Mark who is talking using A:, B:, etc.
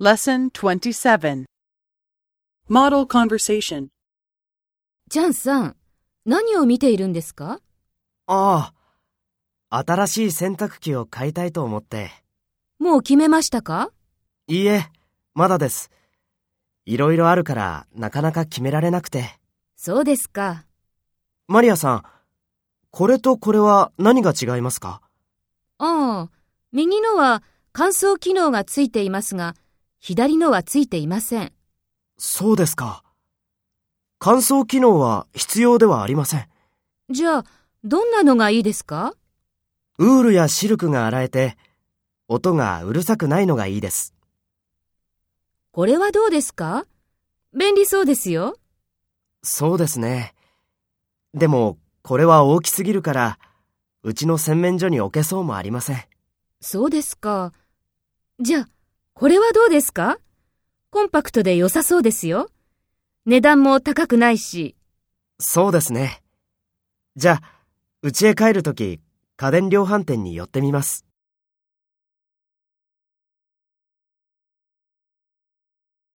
A: Lesson 27 Model Conversation
B: ジャンさん、何を見ているんですか
C: ああ、新しい洗濯機を買いたいと思って。
B: もう決めましたか
C: いいえ、まだです。いろいろあるから、なかなか決められなくて。
B: そうですか。
C: マリアさん、これとこれは何が違いますか
B: ああ、右のは乾燥機能がついていますが、左のはついていません。
C: そうですか。乾燥機能は必要ではありません。
B: じゃあ、どんなのがいいですか
C: ウールやシルクが洗えて、音がうるさくないのがいいです。
B: これはどうですか便利そうですよ。
C: そうですね。でも、これは大きすぎるから、うちの洗面所に置けそうもありません。
B: そうですか。じゃあ、これはどうですかコンパクトで良さそうですよ。値段も高くないし。
C: そうですね。じゃあ、家へ帰るとき、家電量販店に寄ってみます。